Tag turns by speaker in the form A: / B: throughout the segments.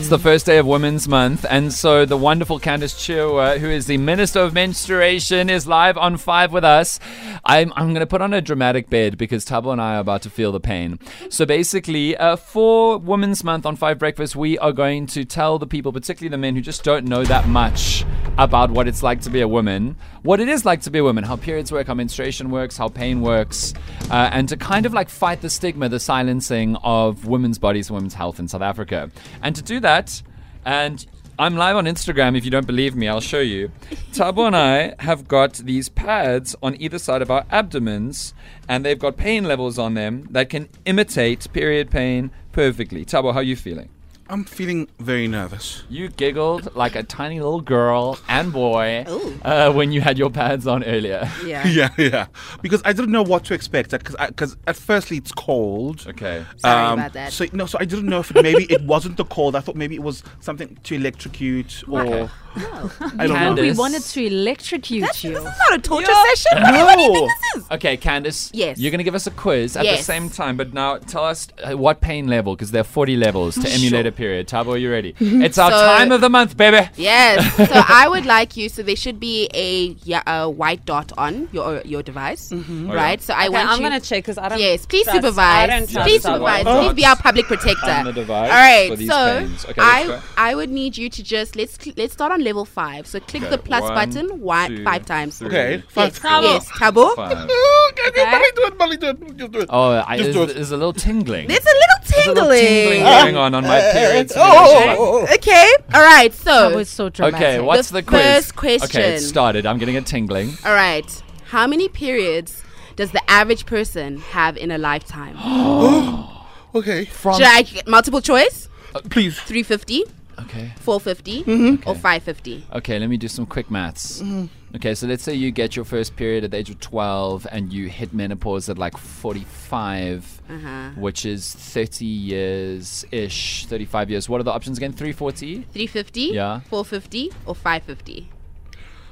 A: It's the first day of Women's Month, and so the wonderful Candice Chua, who is the Minister of Menstruation, is live on Five with us. I'm, I'm going to put on a dramatic bed because Tabo and I are about to feel the pain. So basically, uh, for Women's Month on Five Breakfast, we are going to tell the people, particularly the men who just don't know that much about what it's like to be a woman, what it is like to be a woman, how periods work, how menstruation works, how pain works, uh, and to kind of like fight the stigma, the silencing of women's bodies and women's health in South Africa. And to do that, and I'm live on Instagram. If you don't believe me, I'll show you. Tabo and I have got these pads on either side of our abdomens, and they've got pain levels on them that can imitate period pain perfectly. Tabo, how are you feeling?
B: I'm feeling very nervous.
A: You giggled like a tiny little girl and boy uh, when you had your pads on earlier.
C: Yeah.
B: Yeah, yeah. Because I didn't know what to expect. Uh, Because because at firstly it's cold. Um,
A: Okay.
C: Sorry about that.
B: So no, so I didn't know if it, maybe it wasn't the cold. I thought maybe it was something to electrocute or I don't know.
A: Candace.
D: We wanted to electrocute you.
C: not a torture session.
B: No.
A: Okay, Candice.
C: Yes.
A: You're going to give us a quiz at the
C: Yes.
A: same time, but now tell us uh, what pain level, because there are 40 levels to emulate a period. Tabo, are you ready? It's our
C: So-
A: time of the month, baby.
C: Yes. So I would like you. So there should be a yeah, a white dot on your your device, right? So I
D: Okay,
C: want
D: I'm
C: you.
D: gonna check because I don't.
C: Yes, please
D: trust-
C: supervise.
D: I don't trust
C: please
D: that
C: supervise.
A: one.
C: Please be our public protector.
A: On the device
C: All right.
A: for these
C: so
A: pains. Okay, let's go.
C: I I would need you to just let's cl- let's start on level five. So click the plus
A: one,
C: button one,
A: two,
C: five times.
A: three.
B: Okay.
C: Yes,
B: Fast.
D: Tabo.
C: yes, Tabo.
A: Five.
B: Molly, do it, Molly, do it, just do it.
A: Oh, I,
B: Just
A: there's,
B: do it.
A: there's a little tingling.
C: There's a
A: a
C: little
A: little tingling
C: tingling.
A: going on on my period.
B: oh, oh, oh,
C: Okay. All right.
D: That
C: So
D: was so dramatic.
A: Okay, what's the,
C: The
A: quiz?
C: first
A: Okay, it
C: question.
A: started. I'm getting a tingling.
C: All right. How many periods does the average person have in a lifetime?
A: Um,
B: oh. Okay.
A: From
C: Should I get multiple choice?
B: Please.
C: 350,
A: okay,
C: 450, or 550?
A: Mm-hmm. okay. Let me do some quick maths.
D: Mm-hmm.
A: Okay, so let's say you get your first period at the age of 12, and you hit menopause at like 45,
D: Uh-huh.
A: which is 30 years ish, 35 years. What are the options again? 340.
C: 350,
A: Yeah.
C: 450, or 550?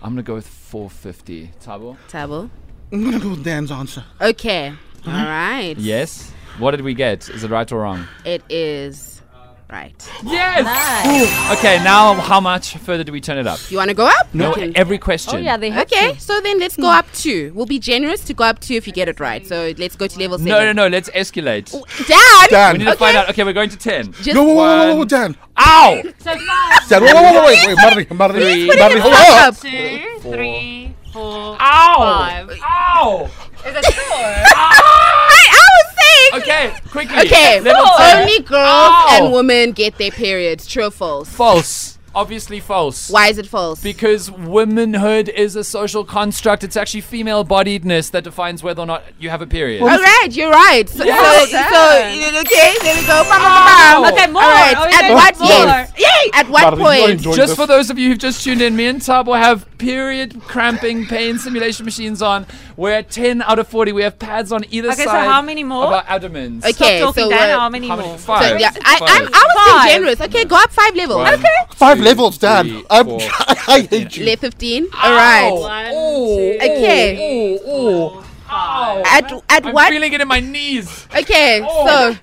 A: I'm gonna go with 450. Tabo.
C: Table.
B: I'm gonna go with Dan's answer.
C: Okay.
A: Mm-hmm.
C: All right.
A: Yes. What did we get? Is it right or wrong?
C: It is right.
A: Yes. Okay, now how much further do we turn it up?
C: You want to go up?
A: No,
C: Okay.
A: every question.
D: Oh yeah, they have
C: Okay,
D: to.
C: so then let's go up two. We'll be generous to go up two if you get it right. So let's go to level seven.
A: No, no, no. Let's escalate.
C: Dan!
B: Dan.
A: We need to
C: Okay.
A: find out. Okay, we're going to ten.
C: Just
B: No, whoa, whoa, whoa, whoa, whoa,
A: One.
B: Dan.
A: Ow!
D: So five,
B: Dan, whoa, whoa, whoa, wait, wait, Molly, Molly,
A: Please put it
B: Molly,
C: Let's
B: hold
C: go
B: on.
C: up.
D: two, three, four,
A: Ow!
D: five.
A: Ow!
D: Is it four?
C: I, I was saying.
A: Okay, quickly.
C: Okay,
A: Level
D: Oh.
A: ten.
C: only girls
A: Ow.
C: and women get their periods. True or false?
A: False. Obviously false.
C: Why is it false?
A: Because womanhood is a social construct. It's actually female bodiedness that defines whether or not you have a period.
C: All right, you're right. So,
D: Yes.
C: so, so okay, there we go. Bam, bam, bam, bam.
D: Okay, more.
C: All right,
D: Oh, we
C: at what
D: got more.
C: yes. Yay! At what
B: Molly, you
C: point?
B: enjoyed
A: Just
B: this?
A: for those of you who've just tuned in, me and Tabo have period cramping pain simulation machines on. We're at 10 out of 40. We have pads on either
D: Okay, so
A: side
D: how many more?
A: of our abdomens.
C: Okay.
D: Stop talking,
C: so
D: Dan.
C: we're-
D: How many
A: How many?
D: more?
A: Five.
C: So, yeah, I, I, I was
D: Five.
C: being generous. Okay, go up five levels.
A: One,
B: Five
A: two,
B: levels, Dan.
A: three,
B: I'm,
A: four.
B: I hate you.
C: Level fifteen. All right.
A: Ow.
D: One,
A: Ooh,
D: two,
C: Okay.
A: ooh, ooh. Ow.
C: At at
A: I'm
C: what?
A: feeling it in my knees.
C: Okay,
A: Oh. Oh.
C: so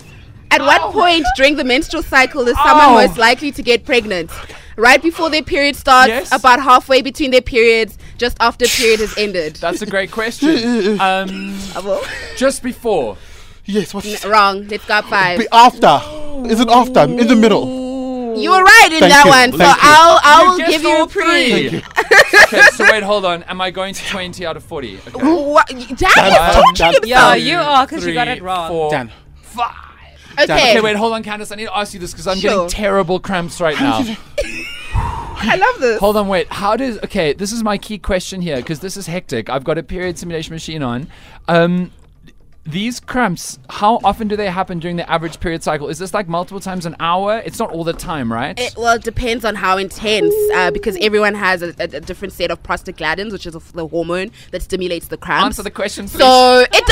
C: at what point during the menstrual cycle is someone
A: Ow.
C: most likely to get pregnant? Right before their period starts,
A: Yes.
C: about halfway between their periods, just after period has ended.
A: That's a great question. Um, just before.
B: Yes, what's
C: Wrong. Let's go up five.
B: Be after? Is it after? In the middle?
C: You were right in
B: Thank
C: that
B: you,
C: one, so
B: thank you.
C: I'll I'll
A: guessed
C: give you
A: all
C: a pre.
A: three. okay, so wait, hold on. Am I going to 20 out of 40? Okay.
C: What? Dan is
B: Dan, Dan,
C: torturing
D: Yeah,
C: himself.
D: you are, 'cause you got it wrong.
A: four,
B: Dan.
A: five.
C: Okay,
A: Okay, wait, hold on, Candace. I need to ask you this because I'm getting
C: Sure.
A: terrible cramps right now.
C: I love this.
A: hold on, wait. How does? Okay, this is my key question here because this is hectic. I've got a period simulation machine on. Um, these cramps. How often do they happen during the average period cycle? Is this like multiple times an hour? It's not all the time, right?
C: It, well, it depends on how intense, uh, because everyone has a, a, a different set of prostaglandins, which is the hormone that stimulates the cramps.
A: Answer the question, please.
C: So it depends.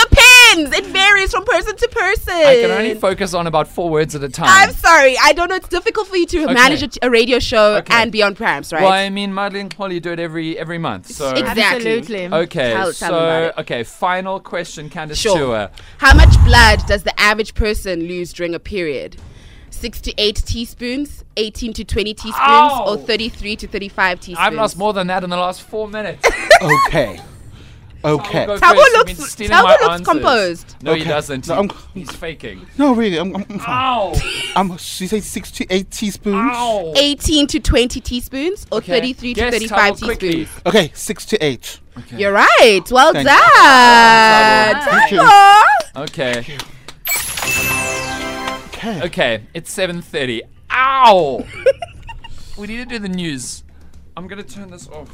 C: It varies from person to person.
A: I can only focus on about four words at a time.
C: I'm sorry. I don't know. It's difficult for you to manage a, t- a radio show
A: Okay.
C: and be on prams, right?
A: Well, I mean, Madeline and Holly do it every every month. So
C: Exactly.
D: Absolutely.
A: okay,
C: Tell- tell them about
A: so
C: it.
A: okay, final question, Candace
C: Sure.
A: Chua.
C: How much blood does the average person lose during a period? six to eight teaspoons, 18 to 20 teaspoons,
A: Ow.
C: or 33 to 35 teaspoons.
A: I've lost more than that in the last four minutes.
B: Okay. Okay.
A: Go
C: Tabo
A: first. You've
C: looks-
A: been stealing
C: Tabo
A: my
C: looks
A: answers.
C: composed.
A: No, he
B: Okay.
A: doesn't.
B: No,
A: He-
B: I'm-
A: he's faking.
B: No, really, I'm, I'm, I'm fine.
A: Ow!
B: I'm, she said six to eight teaspoons.
A: Ow!
C: 18 to 20 teaspoons, or 33 to
A: Guess
C: 35
A: Tabo quickly.
C: teaspoons.
B: Okay, six to eight.
C: You're right. Well
B: Thank you.
C: done.
B: Thank you.
C: Tabo.
A: Okay.
B: Okay.
A: Okay. It's seven thirty. Ow! we need to do the news. I'm gonna turn this off.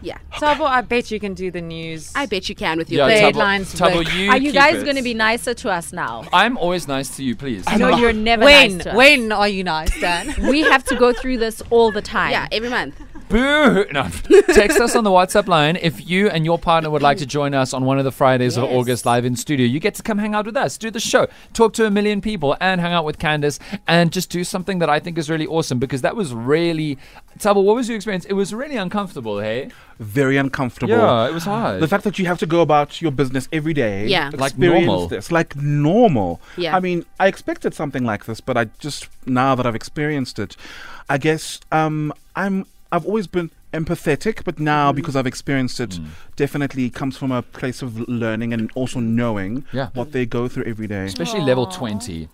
C: Yeah.
D: Tabo, I bet you can do the news.
C: I bet you can with
A: Yeah,
C: your
A: Tabo-
C: yeah,
D: Headlines
A: Tabo,
D: work.
A: you
E: Are you
A: keep
E: guys
A: it.
E: going to be nicer to us now?
A: I'm always nice to you, please.
E: No,
B: not-
E: you're never
D: when?
E: nice to us.
D: when are you nice, Dan?
E: We have to go through this all the time.
C: yeah, every month.
A: Boo! No, text us on the WhatsApp line if you and your partner would like to join us on one of the Fridays of August live in studio. You get to come hang out with us, do the show, talk to a million people, and hang out with Candace, and just do something that I think is really awesome because that was really. Tabo, what was your experience? It was really uncomfortable, hey?
B: Very uncomfortable.
A: Yeah, it was hard.
B: The fact that you have to go about your business every day,
C: Yeah.
A: Like
B: experience
A: normal.
B: this like normal.
C: Yeah.
B: I mean, I expected something like this, but I just now that I've experienced it, I guess um, I'm. I've always been empathetic, but now because I've experienced it,
A: Mm.
B: definitely comes from a place of l- learning and also knowing
A: Yeah.
B: what they go through every day.
A: Especially level 20.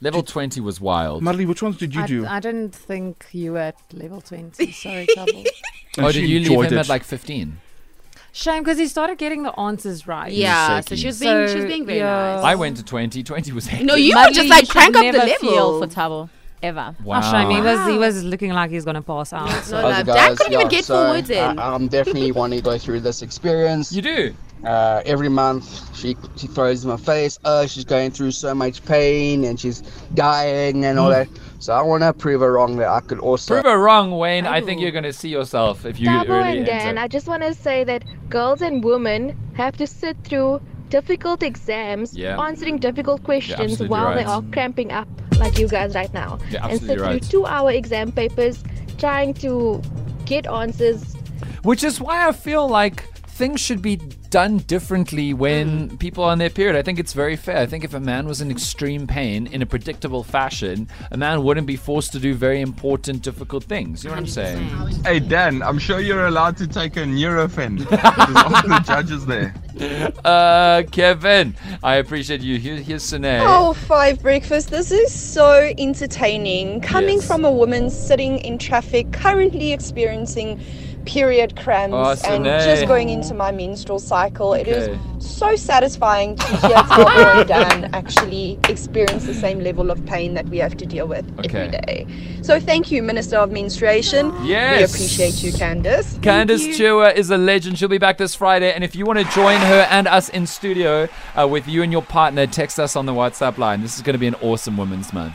A: Level 20 was wild.
B: Marley, which ones did you
D: I,
B: do?
D: I didn't think you were at level 20. Sorry, Tabo.
B: And
A: oh,
B: she
A: did you leave
B: enjoyed
A: him
B: it.
A: at like 15?
D: Shame because he started getting the answers right.
C: Yeah, so
A: shaky.
C: she was being she was
D: So,
C: being very
D: yeah.
C: nice.
A: I went to 20. 20 was hectic.
C: No, you
E: Mudley,
C: could just like
E: should
C: crank up the
E: never feel
C: level.
E: for Tabo ever.
A: Wow.
D: Oh, shame. He was, he was looking like he was going to pass out.
C: no,
F: How's
C: no,
F: it
C: Dad
F: guys?
C: couldn't even
F: Yeah,
C: get
F: so
C: four words in.
F: I, am definitely want to go through this experience.
A: you do?
F: Uh, every month, she she throws in my face. Oh, she's going through so much pain and she's dying and all
C: Mm.
F: that. So I want to prove her wrong that I could also.
A: Prove her wrong, Wayne. I think you're going to see yourself if you
G: Tabo
A: really
G: and Dan,
A: enter.
G: I just want to say that girls and women have to sit through difficult exams,
A: Yeah.
G: answering difficult questions
A: absolutely
G: while they
A: right.
G: are cramping up like you guys right now,
A: You're
G: and
A: absolutely
G: sit
A: right.
G: through two-hour exam papers trying to get answers.
A: Which is why I feel like things should be done differently when
G: Mm.
A: people are on their period. I think it's very fair. I think if a man was in extreme pain in a predictable fashion, a man wouldn't be forced to do very important, difficult things. You know what I'm saying?
H: Hey Dan, I'm sure you're allowed to take a neurofen. There's all the judges there.
A: Uh, Kevin, I appreciate you. Here, here's Sine.
I: Oh, five breakfast. This is so entertaining. Coming
A: Yes.
I: from a woman sitting in traffic, currently experiencing period cramps
A: Awesome,
I: and
A: eh?
I: just going into my menstrual cycle. It
A: Okay.
I: is so satisfying to hear Tabo and Dan actually experience the same level of pain that we have to deal with every
A: Okay.
I: day. So thank you, Minister of Menstruation. We
A: Yes.
I: appreciate you, Candace.
A: Candace Chua is a legend. She'll be back this Friday. And if you want to join her and us in studio uh, with you and your partner, text us on the WhatsApp line. This is going to be an awesome Women's Month.